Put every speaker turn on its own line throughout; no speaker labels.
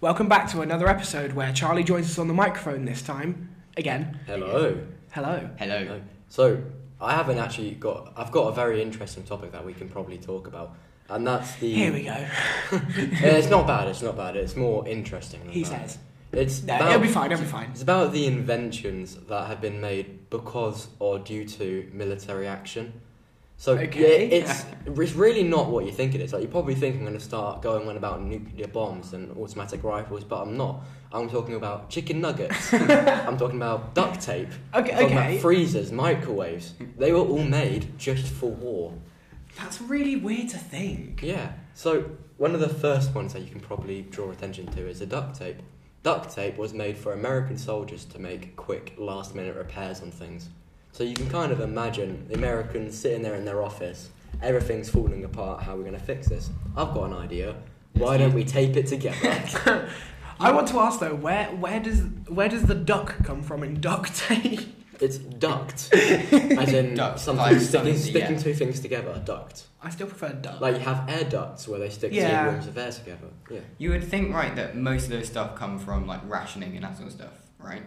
Welcome back to another episode where Charlie joins us on the microphone this time. Again.
Hello.
Hello.
Hello.
So I haven't actually got. I've got a very interesting topic that we can probably talk about, and that's the.
Here we go.
Yeah, it's not bad. It's not bad. It's more interesting. Than
He
that.
says.
It's
No,
about,
it'll be fine, it'll be fine.
It's about the inventions that have been made because or due to military action. So
Okay.
yeah, it's it's really not what you think it is. Like you probably think I'm going to start going on about nuclear bombs and automatic rifles, but I'm not. I'm talking about chicken nuggets. I'm talking about duct tape.
Okay,
I'm talking about
okay.
freezers, microwaves. They were all made just for war.
That's really weird to think.
Yeah. So one of the first ones that you can probably draw attention to is the duct tape. Duct tape was made for American soldiers to make quick last minute repairs on things. So you can kind of imagine the Americans sitting there in their office, everything's falling apart, how are we going to fix this? I've got an idea. Why don't we tape it together?
I want to ask though, where where does where does the duck come from in duct tape?
it's duct. As in
Duct,
something
like
sticking,
something, yeah.
sticking two things together, duct.
I still prefer duck.
Like you have air ducts where they stick
Yeah.
two rooms of air together. Yeah.
You would think, right, that most of those stuff come from like rationing and that sort of stuff, right?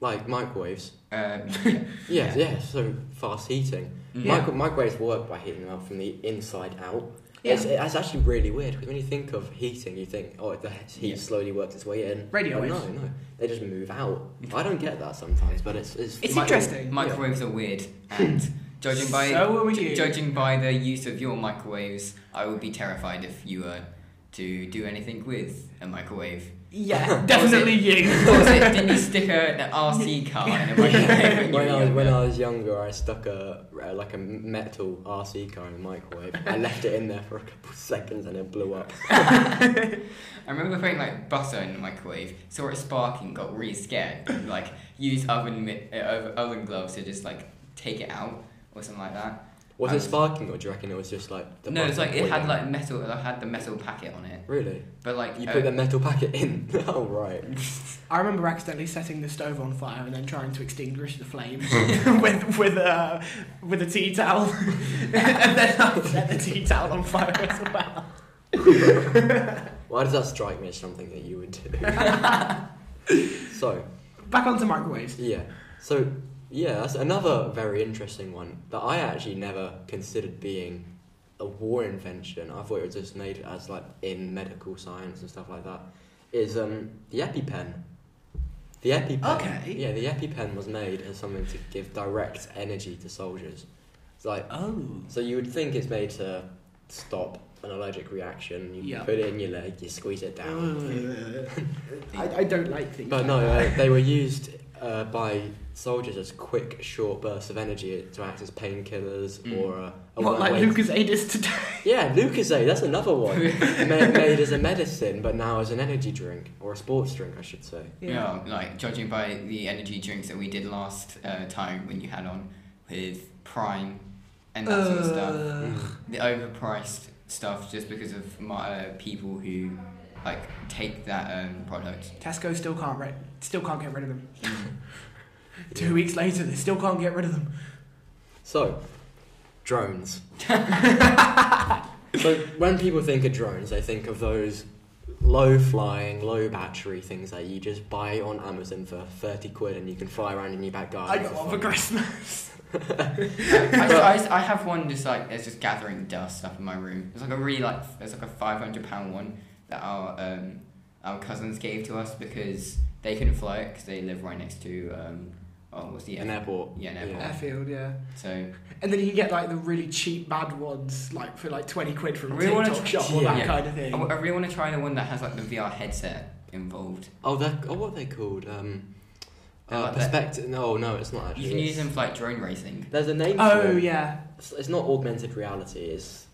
Like microwaves.
Um, yeah.
Yes, yeah. so fast heating.
Yeah.
Micro- microwaves work by heating them up from the inside out.
Yeah.
It's, it's actually really weird because when you think of heating, you think, oh, the heat
Yeah.
slowly works its way in.
Radio
But
waves.
No, no, they just move out. I don't get that sometimes, but it's it's,
It's
mi-
interesting.
Microwaves are weird, and judging by
So are you.
ju- judging by the use of your microwaves, I would be terrified if you were to do anything with a microwave.
yeah, definitely you.
What was it? Didn't you stick a, an RC car in a microwave? when
when
you were
I was when I
younger?
was younger, I stuck a uh, like a metal RC car in the microwave. I left it in there for a couple of seconds and it blew up.
I remember putting like butter in the microwave, saw it sparking, got really scared, and, like used oven mi- uh, ov- oven gloves to just like take it out or something like that.
Was
I
it
was-
sparking or do you reckon it was just like the
no, it's like
microwave
it had
boiling?
like metal. It had the metal packet on it,
really.
but like
You
uh,
put the metal packet in. oh right.
I remember accidentally setting the stove on fire and then trying to extinguish the flames
Hmm.
with with a with a tea towel, and then I set the tea towel on fire as well.
Why does that strike me as something that you would do? so,
Back onto microwaves.
yeah. So, yeah, that's another very interesting one that I actually never considered being a war invention. I thought it was just made as, like, in medical science and stuff like that. Is um, the EpiPen. The EpiPen.
Okay.
Yeah, the EpiPen was made as something to give direct energy to soldiers. It's like,
Oh.
so you would think it's made to stop an allergic reaction. You
Yeah.
put it in your leg, you squeeze it down.
I, I don't like things.
But no, uh, they were used uh, by soldiers as quick, short bursts of energy to act as painkillers
Mm.
or uh, a
what
way-
like Lucas Aid is today.
Yeah, Lucasade. That's another one Ma- made as a medicine, but now as an energy drink or a sports drink, I should say.
Uh,
yeah, like judging by the energy drinks that we did last uh, time when you had on with Prime and that sort of stuff.
Ugh.
the overpriced stuff just because of my, uh, people who like take that um, product.
Tesco still can't ri- still can't get rid of them. Two weeks later, they still can't get rid of them.
So, drones. so when people think of drones, they think of those low-flying, low-battery things that you just buy on Amazon for thirty quid, and you can fly around in your back
I
garden.
got
for
one for
fun.
Christmas.
I, I, I have one just like it's just gathering dust up in my room. It's like a really like there's like a five hundred pound one that our um, our cousins gave to us because they couldn't fly it because they live right next to um, oh what's the
An airport.
yeah an airport.
Airfield, yeah.
So
And then you can get like the really cheap bad ones, like for like twenty quid from a
We wanna
TikTok
try-
shop or
Yeah.
that
Yeah.
kind of
I,
thing.
w- I really want to try the one that has like the VR headset involved.
Oh, they're oh, what are they called? Um,
They're
uh,
like that-
perspective. No, no, it's not actually.
You can use
It's-
them for like drone racing.
There's a name. for
oh
it.
yeah,
It's, it's not augmented reality. It's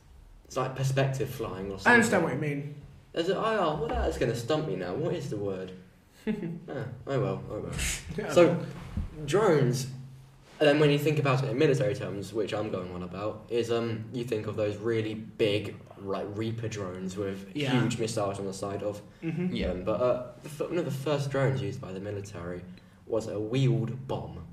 it's like perspective flying or something.
I understand what you mean.
There's a, oh, well, that is going to stump me now. What is the word? Ah, oh well, oh well. So, drones, and then when you think about it in military terms, which I'm going on about, is um you think of those really big like Reaper drones with
Yeah.
huge missiles on the side of.
hmm
Yeah.
Um, but uh, the, f- one of the first drones used by the military was a wheeled bomb.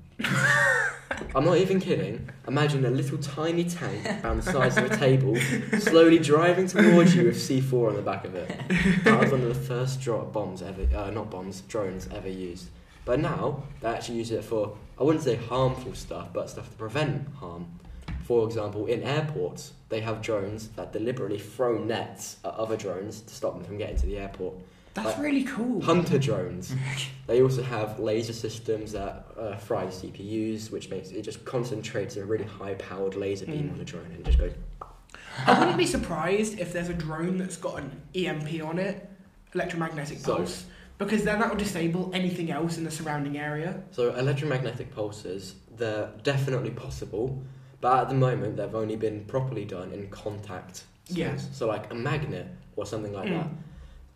I'm not even kidding. Imagine a little tiny tank around the size of a table, slowly driving towards you with C4 on the back of it. That was one of the first dro- bombs ever, uh, not bombs, drones ever used. But now they actually use it for, I wouldn't say harmful stuff, but stuff to prevent harm. For example, in airports, they have drones that deliberately throw nets at other drones to stop them from getting to the airport.
That's really cool.
Hunter drones. they also have laser systems that uh, fry the CPUs, which makes it just concentrates a really high-powered laser beam
Mm.
on the drone and just goes.
I wouldn't be surprised if there's a drone that's got an EMP on it, electromagnetic
So-
pulse, because then that will disable anything else in the surrounding area.
So electromagnetic pulses, they're definitely possible, but at the moment they've only been properly done in contact. source.
Yeah.
So like a magnet or something like
Mm.
that.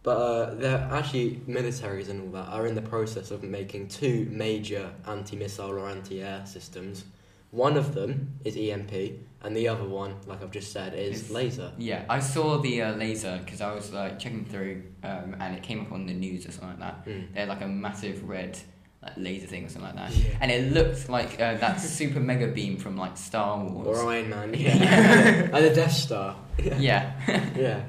But uh, they're actually militaries and all that are in the process of making two major anti-missile or anti-air systems. One of them is EMP, and the other one, like I've just said, is
Is-
laser.
Yeah, I saw the uh, laser because I was like checking through, um, and it came up on the news or something like that.
Mm.
They had like a massive red like laser thing or something like that,
Yeah.
and it looked like uh, that super mega beam from like Star
Or
Wars.
Iron Man,
Yeah.
yeah, and the Death Star.
Yeah,
yeah.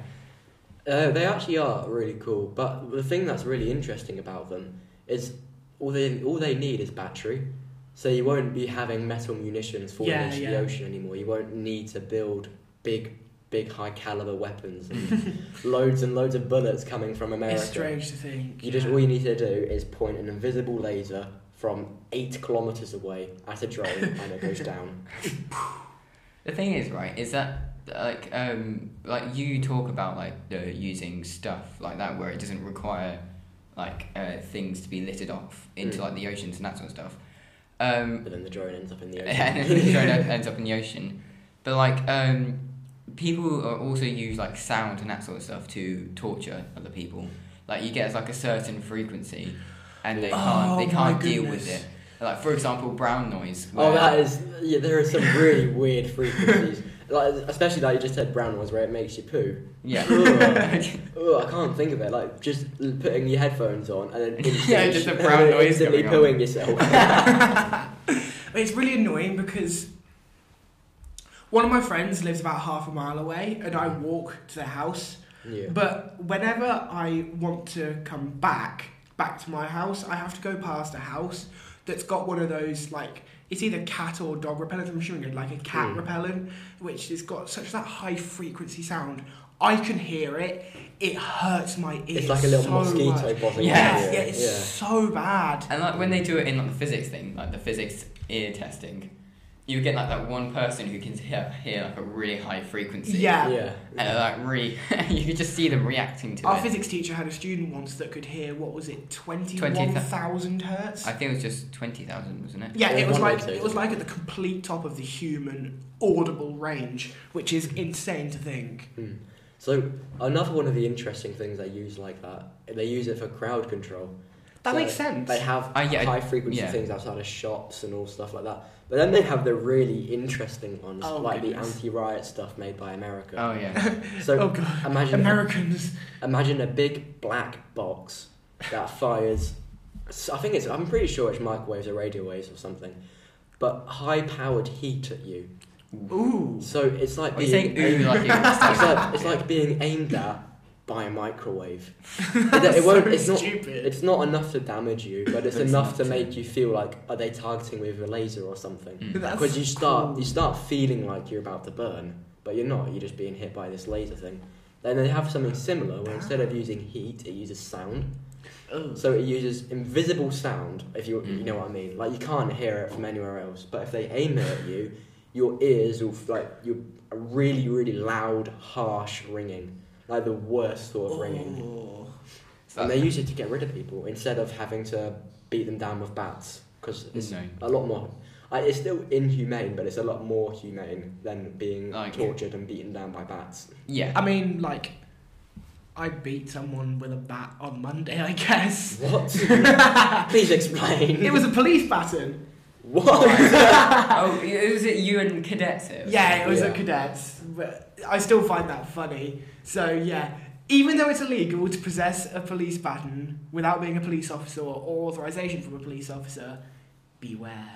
Uh, they actually are really cool, but the thing that's really interesting about them is all they all they need is battery. So you won't be having metal munitions falling
Yeah,
into the
yeah.
ocean anymore. You won't need to build big, big high caliber weapons and loads and loads of bullets coming from America.
It's strange to think.
You just
yeah.
all you need to do is point an invisible laser from eight kilometers away at a drone, and it goes down.
the thing is, right, is that like um like you talk about like the using stuff like that where it doesn't require like uh, things to be littered off into
Mm.
like the oceans and that sort of stuff. Um,
But then the drone ends up in the ocean.
and then the drone en- ends up in the ocean. But like, um, people are also use like sound and that sort of stuff to torture other people. Like you get like a certain frequency, and they can't
Oh,
they can't
my
deal with
goodness.
it. Like for example, brown noise.
Oh,
where-
that is. Yeah, there are some really weird frequencies, like especially like you just said, brown ones where it makes you poo.
yeah.
Ugh. Oh, I can't think of it. Like just l- putting your headphones on and then instantly,
Yeah, just a
and
brown
then
noise
instantly
going on.
pooing yourself.
it's really annoying because one of my friends lives about half a mile away, and
Mm.
I walk to their house.
yeah.
But whenever I want to come back, back to my house, I have to go past a house that's got one of those like it's either cat or dog repellent. I'm assuming it's like a cat
Mm.
repellent, which has got such that high frequency sound. I can hear it. It hurts my ears.
It's like a little
so
mosquito
Much.
bothering
Yeah,
you.
yeah, it's so bad.
And like when they do it in like the physics thing, like the physics ear testing, you get like that one person who can hear, hear like a really high frequency.
Yeah.
yeah.
And they're like really, you can just see them reacting to
Our
it.
physics teacher had a student once that could hear what was it, twenty
20,000
one thousand hertz.
I think it was just twenty thousand, wasn't it?
Yeah,
Or
it was
one
like
rotating.
it was like at the complete top of the human audible range, which is insane to think.
Mm. So another one of the interesting things they use like that, they use it for crowd control.
That
So
makes sense.
They have
Uh, yeah,
high frequency
yeah.
things outside of shops and all stuff like that. But then they have the really interesting ones,
Oh,
like
goodness.
the anti-riot stuff made by America.
Oh yeah.
So
oh god,
imagine
Americans!
imagine a big black box that fires. I think it's. I'm pretty sure it's microwaves or radio waves or something, but high-powered heat at you.
Ooh,
So it's like
Are you
being
saying ooh
aimed-
like you?
it's like it's like being aimed at by a microwave. it, it won't.
So
It's not.
stupid.
It's not enough to damage you, but it's
But it's
enough to
not.
make you feel like are they targeting with a laser or something?
Mm.
That's
Because you start
cool.
you start feeling like you're about to burn, but you're not. You're just being hit by this laser thing. Then they have something similar where instead of using heat, it uses sound.
Ugh.
So it uses invisible sound. If you you
Mm.
know what I mean, like you can't hear it from anywhere else. But if they aim it at you, your ears will f- like your a really really loud harsh ringing, like the worst sort of ringing.
Oh.
And they use it to get rid of people instead of having to beat them down with bats because it's
No.
a lot more. I, it's still inhumane, but it's a lot more humane than being
Like-
tortured and beaten down by bats.
Yeah.
I mean, like, I beat someone with a bat on Monday, I guess.
What? Please
it
explain.
was a police baton.
What?
oh, it was it you and cadets? It was?
Yeah, it was at
Yeah.
cadets, but I still find that funny. So yeah, even though it's illegal to possess a police baton without being a police officer or authorization from a police officer, beware.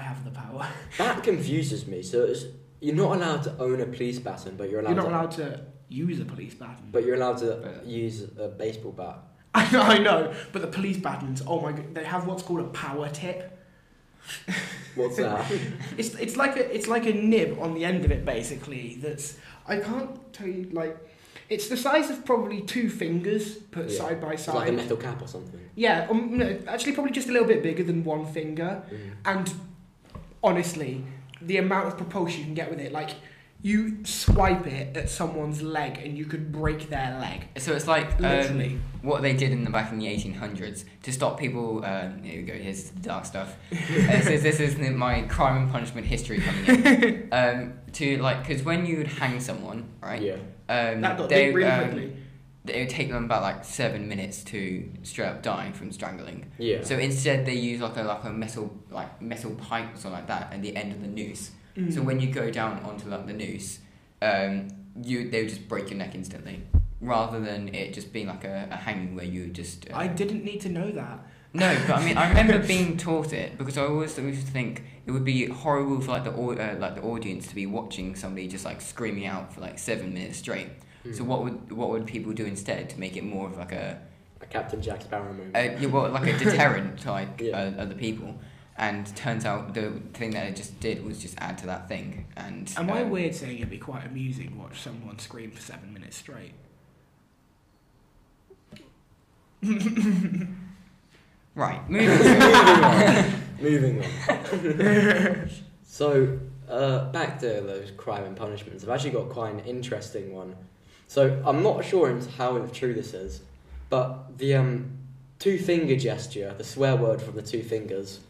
I have the power.
that confuses me. So it's, you're not allowed to own a police baton, but you're allowed.
You're not
to,
allowed to use a police baton.
But you're allowed to
But-
use a baseball bat.
I know, I know, but the police batons, oh my god, they have what's called a power tip.
What's that?
It's, it's like a it's like a nib on the end of it basically. That's I can't tell you like it's the size of probably two fingers put
Yeah.
side by
It's like a
side.
metal cap or something.
Yeah, um, no, actually, probably just a little bit bigger than one finger.
Mm.
And honestly, the amount of propulsion you can get with it, like you swipe it at someone's leg and you could break their leg.
So it's like um,
Literally.
what they did in the back in the 1800s to stop people. Um, here we go. Here's the dark stuff. this is this is my crime and punishment history coming in. Um, to like because when you'd hang someone, right?
Yeah.
Um,
that got
they,
big really
um,
quickly.
It would take them about like seven minutes to straight up dying from strangling.
Yeah.
So instead, they use like a like a metal like metal pipe or something like that at the end of the noose.
Mm.
So when you go down onto like the noose, um, you they would just break your neck instantly, rather than it just being like a, a hanging where you just. Uh,
I didn't need to know that.
no, but I mean I remember being taught it because I always used to think it would be horrible for like the au- uh, like the audience to be watching somebody just like screaming out for like seven minutes straight.
Mm.
So what would what would people do instead to make it more of like a
a Captain Jack Sparrow movie.
uh, yeah, well, like a deterrent to like
Yeah.
uh, other people. And turns out the thing that it just did was just add to that thing. And
Am I
um,
weird saying it'd be quite amusing to watch someone scream for seven minutes straight?
Right, moving.
Moving on. Moving on. so, uh, back to those crime and punishments. I've actually got quite an interesting one. So, I'm not sure in- how true this is, but the um, two finger gesture, the swear word from the two fingers,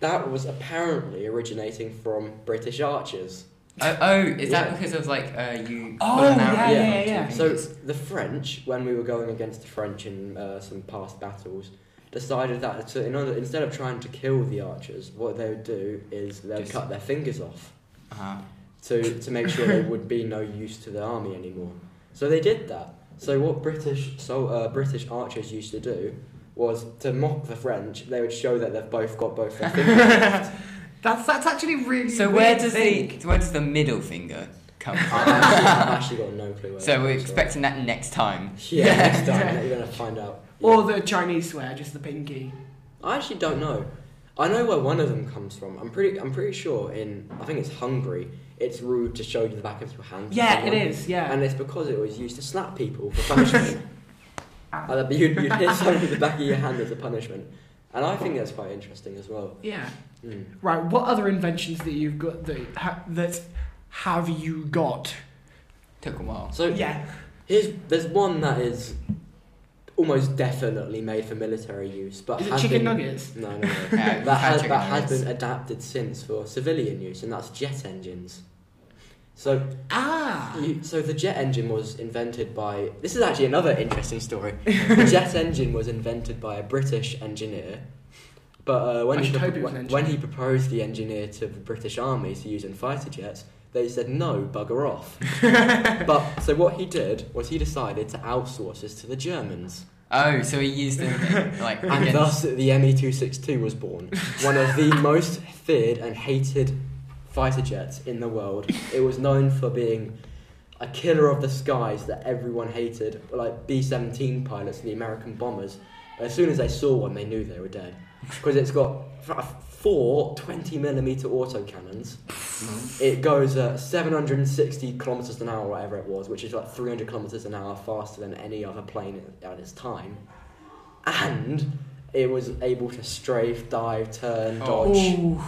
that was apparently originating from British archers.
oh, oh, is
Yeah.
that because of like uh, you?
Oh,
pulling out
yeah,
your
yeah,
two
yeah.
So
fingers?
the French, when we were going against the French in uh, some past battles, decided that to, in order, instead of trying to kill the archers, what they would do is they would
Just-
cut their fingers off
uh-huh.
to, to make sure they would be no use to the army anymore. So they did that. So what British so uh, British archers used to do was to mock the French. They would show that they've both got both their fingers. left.
That's that's actually really.
so
weird
where does
thing.
the where does the middle finger come
I've
from?
actually- I've actually got no clue. Where
so
that
we're
comes from.
expecting that next time.
Yeah,
Yeah.
next time you're gonna find out.
or the Chinese swear, just the pinky.
I actually don't know. I know where one of them comes from. I'm pretty. I'm pretty sure in. I think it's Hungary. It's rude to show the back of your hand. to
Yeah, it
someone.
is. Yeah.
And it's because it was used to slap people for punishment. Uh, but you'd, you'd hit someone with the back of your hand as a punishment, and I think that's quite interesting as well.
yeah.
Mm.
Right. What other inventions that you've got that ha- that have you got?
Took a while.
So
yeah.
here's there's one that is almost definitely made for military use, but
Is it
has
chicken
been-
nuggets?
No, no, no.
Yeah,
that has,
chicken
that has
nuggets.
been adapted since for civilian use, and that's jet engines. So
Ah.
You, so the jet engine was invented by. This is actually another interesting story. the jet engine was invented by a British engineer, but uh,
I
when, he
should
pro-
hope he was an
when- when he proposed the engineer to the British Army to use in fighter jets, they said no, bugger off. but so what he did was he decided to outsource this to the Germans,
Oh, so he used them like
and
against.
thus the ME two six two was born, one of the most feared and hated fighter jets in the world. It was known for being a killer of the skies that everyone hated, like B seventeen pilots, the American bombers. As soon as they saw one, they knew they were dead because it's got f- uh, four 20 millimeter autocannons. It goes uh, 760 kilometers an hour, or whatever it was, which is like 300 kilometers an hour faster than any other plane at at its time. And it was able to strafe, dive, turn,
Oh.
dodge.
Ooh.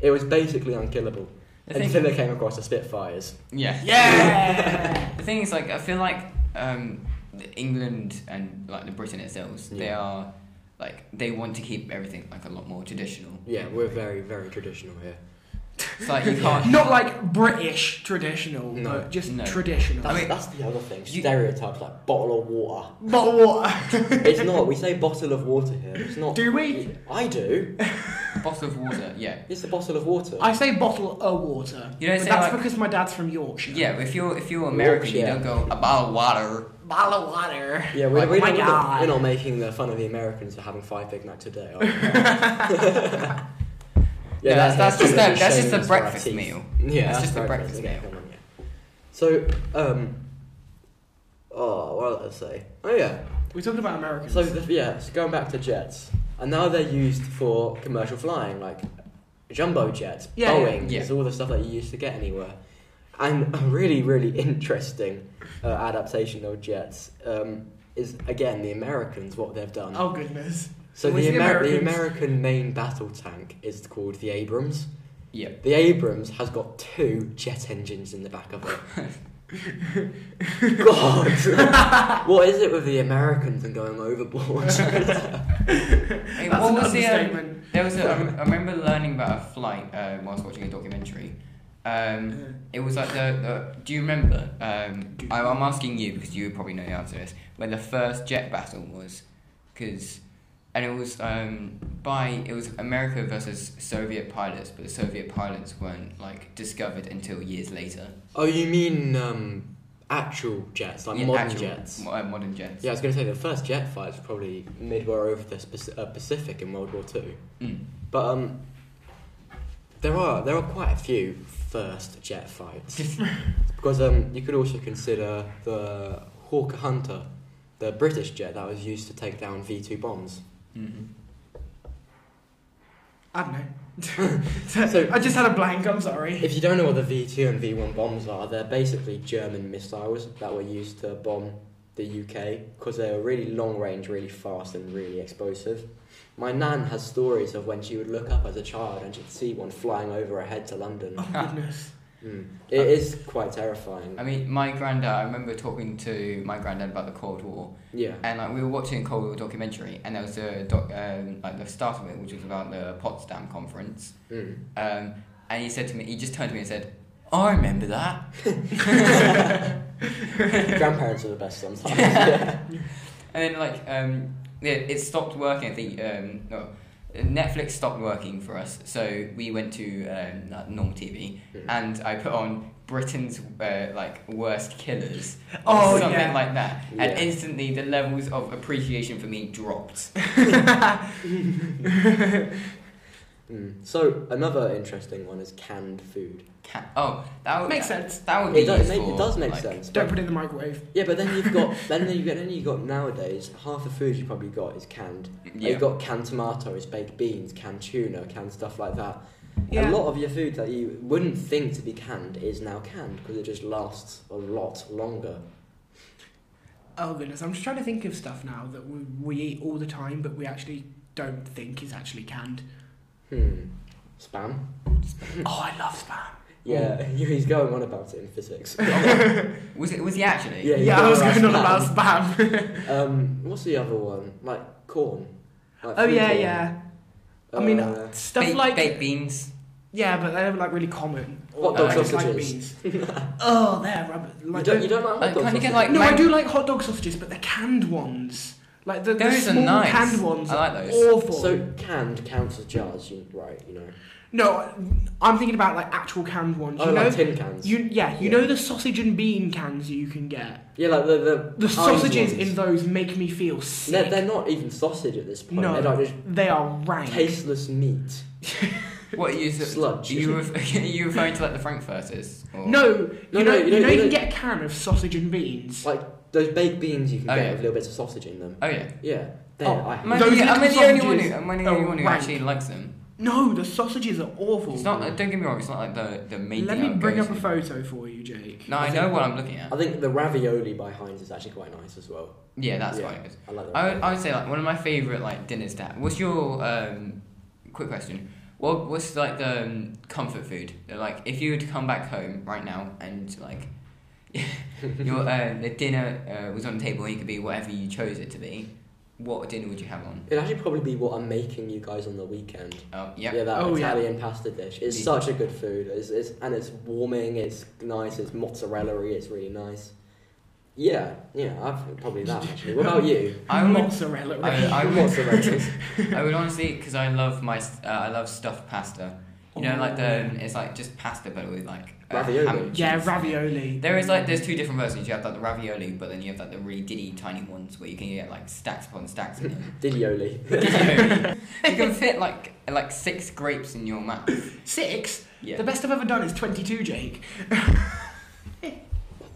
It was basically unkillable
The thing-
until they came across the Spitfires.
yeah.
Yeah.
The thing is, like, I feel like um, the England and like the Britain itself, they
Yeah.
are like they want to keep everything like a lot more traditional.
Yeah, we're very, very traditional here.
It's like you can't.
Not like British traditional,
No.
but just
No.
traditional.
That's,
mean-
that's the other thing.
You-
Stereotypes like bottle of water.
Bottled water.
It's not. We say bottle of water here. It's not.
Do we?
I do.
bottle of water. Yeah.
It's a bottle of water.
I say bottle of water.
You know,
but
say
that's
like-
because my dad's from Yorkshire.
Yeah. If you're if you're American, you
yeah.
don't go a bottle of water.
Bottle of water.
yeah, we're,
Like,
we're,
my
not, we're not-
God.
we're not making the fun of the Americans for having five Big Macs a day. Are we? yeah,
Yeah, that's- that's just
that-
the- that's just the
shameless for our
breakfast
teeth.
meal.
Yeah,
That's just the breakfast
okay, hold on, yeah. So, um, oh, what did I say? Oh yeah.
We're talking about Americans.
So the, yeah, so going back to jets, and now they're used for commercial flying, like jumbo jets,
Yeah, yeah,
Boeing,
yeah.
it's all the stuff that you used to get anywhere. And a really, really interesting uh, adaptation of jets um, is again the Americans what they've done.
oh goodness.
so
Where's
the,
the
Amer- the
Americans?
American main battle tank is called the Abrams.
Yeah.
The Abrams has got two jet engines in the back of it. God, what is it with the Americans and going overboard?
Hey,
That's
what
an
was the um,
understatement.
there was a, I rem- I remember learning about a flight uh, whilst watching a documentary. Um, It was like the, the do you remember? Um, I, I'm asking you because you probably know the answer to this. When the first jet battle was, because, and it was um, by it was America versus Soviet pilots, but the Soviet pilots weren't like discovered until years later.
Oh, you mean um, actual jets, like
Yeah,
modern
actual
jets?
mo- uh, modern jets.
yeah, I was going to say the first jet fight was probably midway over the Pac- uh, Pacific in World War Two,
Mm.
but um, there are there are quite a few first jet fights because um, you could also consider the Hawker Hunter, the British jet that was used to take down V two bombs.
Mhm.
I don't know. I just had a blank. I'm sorry.
If you don't know what the V two and V one bombs are, they're basically German missiles that were used to bomb the UK because they were really long range, really fast, and really explosive. My nan has stories of when she would look up as a child and she'd see one flying over her head to London.
Oh
Ah.
goodness.
Mm. It is quite terrifying.
I mean, my granddad. I remember talking to my granddad about the Cold War,
Yeah.
And like we were watching a Cold War documentary, and there was a doc, um, like the start of it, which was about the Potsdam conference.
Mm.
Um, and he said to me, he just turned to me and said, "Oh, "I remember that."
Grandparents are the best sometimes. yeah.
And then like um, yeah, it stopped working. I think um, no, Netflix stopped working for us, so we went to um, like, normal TV,
Mm.
and I put on Britain's uh, like worst killers, or
Oh,
something
yeah.
like that,
Hmm. Yeah.
and instantly the levels of appreciation for me dropped.
Mm. So another interesting one is canned food.
Ca oh, that would
Makes
that-
sense.
That would be
It does, it,
useful.
ma- it does make
like-
sense. but-
Don't put it in the microwave.
Yeah, but then you've got then you get then you got nowadays half the food you probably got is canned. Like,
Yeah.
You've got canned tomatoes, baked beans, canned tuna, canned stuff like that.
Yeah.
A lot of your food that you wouldn't think to be canned is now canned because it just lasts a lot longer.
Oh goodness. I'm just trying to think of stuff now that we, we eat all the time, but we actually don't think is actually canned.
Hmm. Spam.
oh, I love spam.
Yeah, he's going on about it in physics.
Was it? Was he actually?
Yeah,
Yeah, you
I
know
was
about
going on
spam.
about spam.
um, what's the other one? Like corn. Like
oh
food
yeah,
corn.
yeah. I mean,
Uh,
stuff
Ba-
like
baked beans.
yeah, but they're like really common.
Hot dog
I just like
sausages.
beans. oh, they're rubber. Like,
you, don't, you don't like hot
Like,
dog
kind of get
sausages?
like
no, I
man-
do like hot dog sausages, but the canned ones, like the, the
Those are
small
nice.
canned ones,
I like
are
those.
awful.
Uh, So canned counts as jars, you, right? You know.
no, I'm thinking about like actual canned ones.
Oh,
you know,
like tin cans.
you yeah, you
Yeah.
know the sausage and bean cans you can get.
yeah, like the the,
The
eyes
sausages
Oh, ones.
in those make me feel sick.
They're, they're not even sausage at this point.
No.
They're like just
They are rank.
tasteless meat.
What are you?
Sludge.
Are you, ref- are you referring to like the frankfurters? Or?
No, you
No,
know,
no,
you,
you
know
don't-
you
you
can get a can of sausage and beans.
Like those baked beans you can
Oh,
get
yeah.
with little bits of sausage in them.
Oh yeah.
Yeah. There,
Oh,
I
Am I
have.
Those
the, am I
little
the only one who?
sausages
Am I the
are
only one who
rank.
actually likes them?
No, the sausages are awful.
It's not. Don't get me wrong. It's not like the the main.
Let
thing
me
I would
bring
go
up a
to.
photo for you, Jake.
No, I know what I'm looking at.
I think the ravioli by Heinz is actually quite nice as well.
Yeah, that's
yeah.
what it is.
I like the
I
ravioli.
would, I would say like one of my favorite like dinners. That what's your um, quick question? What what's like the um, comfort food? Like if you were to come back home right now and like your uh, the dinner uh, was on the table, it could be whatever you chose it to be. What dinner would you have on?
It'd actually probably be what I'm making you guys on the weekend.
Oh yeah.
Yeah, that
Oh, yeah.
Italian pasta dish. It's
Yeah.
such a good food. It's, it's and it's warming. It's nice. It's mozzarella. It's really nice. Yeah, yeah, I've probably that actually. What about you?
I would,
mozzarella.
I-
really.
I-
Mozzarella.
I would honestly, because I love my, st- uh, I love stuffed pasta. You know, like
Oh.
the, um, it's like just pasta, but with like uh,
Ravioli.
ham and
yeah,
cheese.
ravioli.
There is like there's two different versions. You have like the ravioli, but then you have like the really diddy tiny ones where you can get like stacks upon stacks of them.
Didioli.
you can fit like like six grapes in your mouth.
Six.
Yeah.
The best I've ever done is 22, Jake.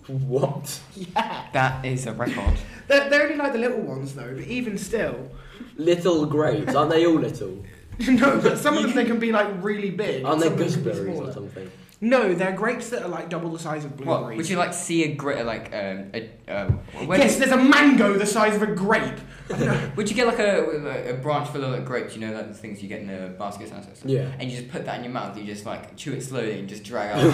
What?
Yeah.
That is a record.
They're, they're only like the little ones though, but even still.
Little grapes. Aren't they all little?
no, but some of them they can be like really big. and
Aren't they
some of them can be
gooseberries or
smaller.
something?
No, they're grapes that are like double the size of
What
blueberries.
would you like see a grape like um a uh, where
yes, there's a mango the size of a grape.
would you get like a, a branch full of like, grapes? You know, like the things you get in the basket sandwiches.
Yeah.
And you just put that in your mouth. You just like chew it slowly and just drag out.
I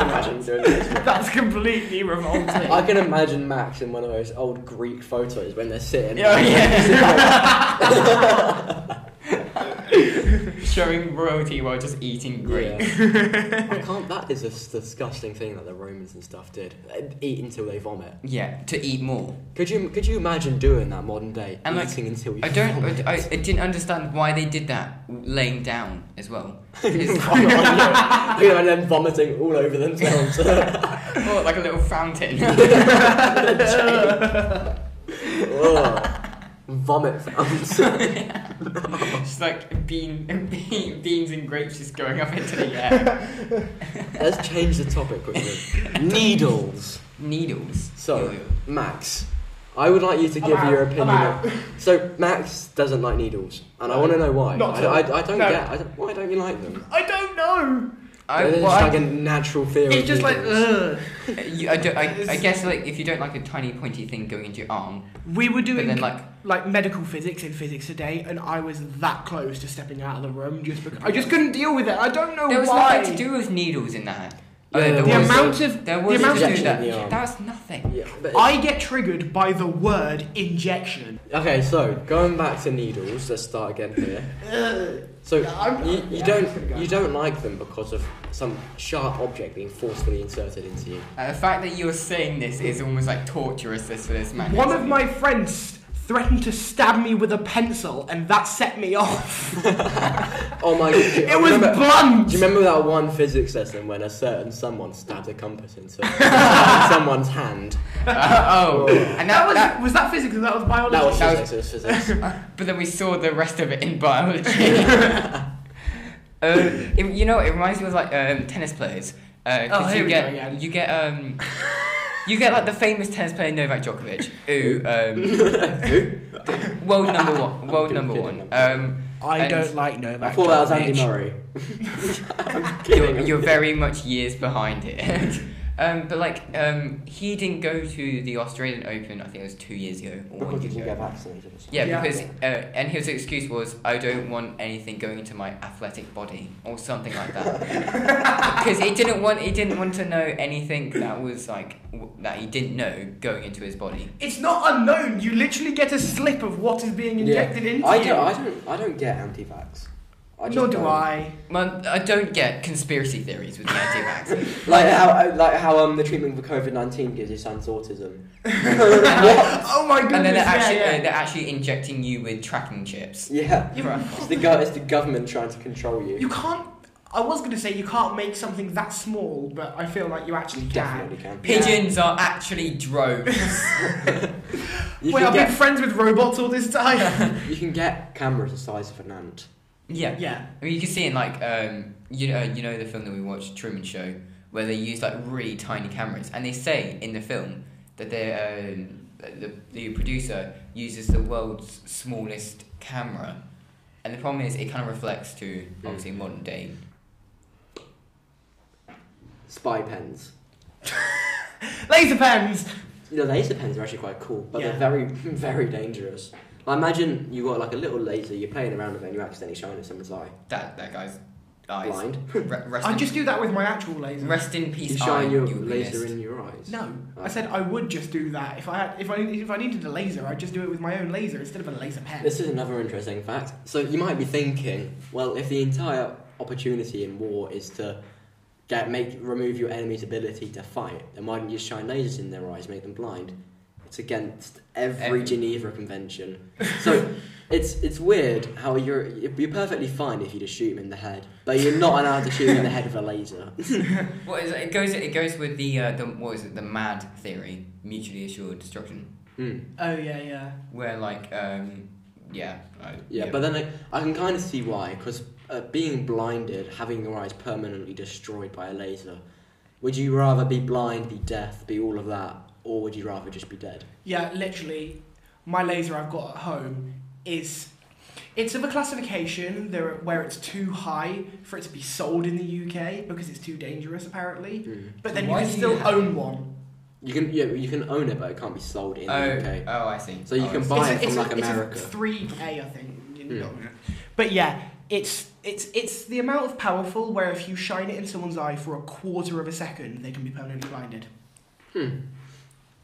can imagine doing this.
That's completely revolting.
I can imagine Max in one of those old Greek photos when they're sitting.
Oh, yeah. Showing royalty while just eating grapes.
Yeah. I can't. That is a s- disgusting thing that the Romans and stuff did. They'd eat until they vomit.
Yeah. to eat more.
Could you could you imagine doing that modern day?
And, like,
eating until you
I don't.
Vomit?
I, I didn't understand why they did that laying down as well.
Vomit on your- you know, and then vomiting all over themselves.
Or like a little fountain.
oh, vomit fountains.
Just like bean, bean, beans and grapes just going up into the air.
Let's change the topic quickly. Needles.
Needles.
So,
Ew.
Max, I would like you to
I'm
give
out.
your
I'm
opinion.
out.
So, Max doesn't like needles, and I want to know why.
Not
I,
at all.
I, I don't
No.
get. I don't, why don't you like them?
I don't know.
I,
it's
well,
like a
I,
natural theory.
It's just like uh, ugh.
you- I, don't- I, I guess like if you don't like a tiny pointy thing going into your arm,
We were
but
doing
then like
like medical physics in physics today, and I was that close to stepping out of the room just because I just couldn't deal with it. I don't know
there was
why.
nothing to do with needles in that.
Yeah,
there
the
the
was-
amount of
There
the
was
amount
to
injection
do
of
that.
in the arm.
That was nothing.
Yeah, but it's-
I get triggered by the word injection.
okay, so going back to needles, let's start again here.
Ugh.
So
Uh, Yeah, I'm-
you, you
yeah, I'm pretty
don't
good.
you don't like them because of some sharp object being forcefully inserted into you.
Uh, the fact that you're saying this is almost like torturous this for this man.
One of my friends threatened to stab me with a pencil, and that set me off.
Oh my god!
It was
Do
blunt.
you remember that one physics lesson when a certain someone stabbed a compass into someone's hand?
Uh, oh,
That
and that,
was
that,
was that physics? Or that was biology.
That was
That
physics. It was physics.
but then we saw the rest of it in biology. um, it- you know, it reminds me of like um, tennis players. Uh, 'cause
Oh, here
you
we
get,
go again.
You get um, you get like the famous tennis player Novak Djokovic, who um, world number one, world number one. Um,
I
and
don't like
I
Novak.
thought that was Andy
Djokovic.
Murray.
you're, you're very much years behind it. um, but like, um, he didn't go to the Australian Open. I think it was two years ago. Or one
Because you
year
can get
ago.
vaccinated.
Yeah,
Yeah.
because uh, and his excuse was, I don't want anything going into my athletic body or something like that. Because he didn't want he didn't want to know anything that was like w- that he didn't know going into his body.
It's not unknown. You literally get a slip of what is being injected into
I
you.
don't. I don't. I don't get anti-vax. I just
Nor do
don't.
I.
Man, I don't get conspiracy theories with the anti-vax.
Like how, like how um, the treatment for COVID nineteen gives your son's autism.
Oh my goodness!
and then they're
yeah,
actually
yeah.
uh, they're actually injecting you with tracking chips.
Yeah,
Right.
it's the go- it's the government trying to control you.
You can't. I was going to say you can't make something that small, but I feel like you actually can.
Definitely can.
Pigeons are actually drones.
You
Wait,
can
I've
get
been friends with robots all this time.
you can get cameras the size of an ant.
yeah.
yeah.
I mean, you can see in like um, you know you know the film that we watched Truman Show where they use like really tiny cameras and they say in the film that they um, the the producer uses the world's smallest camera, and the problem is it kind of reflects to obviously modern day.
Spy pens.
Laser pens.
You know, laser pens are actually quite cool, but
Yeah.
they're very, very dangerous. Like, imagine you got like a little laser, you're playing around with it, and you accidentally shine it in someone's eye.
That that guy's eyes.
Blind.
Re- rest,
I
in,
just do that with my actual laser.
rest in
You
peace. eye,
shine your
you
laser
missed.
in your eyes.
no, I said I would just do that if I had, if I if I needed a laser, I'd just do it with my own laser instead of a laser pen.
This is another interesting fact. So you might be thinking, well, if the entire opportunity in war is to get make remove your enemy's ability to fight, then why don't you shine lasers in their eyes, make them blind? It's against every,
Every-
Geneva Convention. so it's it's weird how you're you're perfectly fine if you just shoot them in the head, but you're not allowed to shoot them in the head with a laser.
What is it? it goes it goes with the uh, the what is it the mad theory mutually assured destruction
Hmm.
Oh yeah, yeah.
where like um yeah I,
Yeah, but then I, I can kind of see why, because uh, being blinded, having your eyes permanently destroyed by a laser, would you rather be blind, be deaf, be all of that, or would you rather just be dead?
Yeah, literally, my laser I've got at home is. It's of a classification there where it's too high for it to be sold in the UK because it's too dangerous, apparently. But then
Why
you can
do you
still
have-
own one.
You can yeah, you can own it, but it can't be sold in
oh
the UK.
oh I see
So you
Oh,
can
I see.
buy
it's
it
a,
from,
it's
like,
a, it's a
America.
3A, I think. you
Hmm.
know. But yeah, it's it's it's the amount of powerful where if you shine it in someone's eye for a quarter of a second, they can be permanently blinded.
Hmm.
And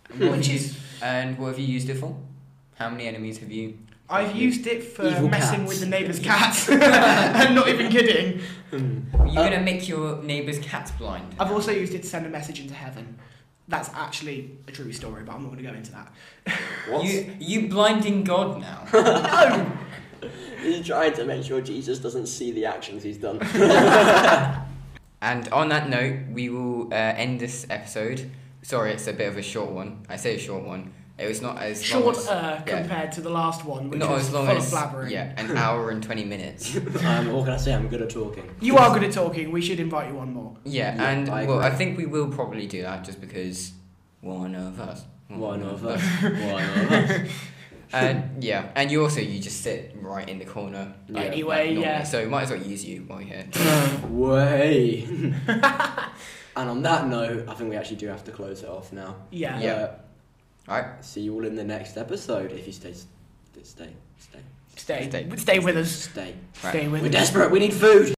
what have
Which
you-
is-
and what have you used it for? How many enemies have you?
I've used it for
Evil
messing
cats.
with the neighbour's cats. I'm not even kidding.
Hmm.
You're
Uh,
gonna make your neighbour's cats blind.
I've also used it to send a message into heaven. That's actually a true story, but I'm not going to go into that.
What?
You you blinding God now.
No!
He's trying to make sure Jesus doesn't see the actions he's done.
And on that note, we will uh, end this episode. Sorry, it's a bit of a short one. I say a short one. It was not as long
Shorter
as- yeah.
compared to the last one, which
not
was
as long
uh, full
as
of blabbering.
yeah, an hour and twenty minutes.
um, what can I say? I'm good at talking.
You are good at talking, we should invite you on more.
Yeah,
Yeah,
and
I
well, I
agree.
think we will probably do that just because one of us.
One of us. One of us.
And yeah, and you also you just sit right in the corner. like-
Anyway,
like normally,
yeah.
So we might as well use you while you're here.
Way. and on that note, I think we actually do have to close it off now.
Yeah.
Yeah.
Uh,
Alright.
See you all in the next episode if you stay. Stay. Stay.
Stay.
Stay.
Stay, with us.
Stay.
Right.
Stay with
We're
us.
desperate. We need food.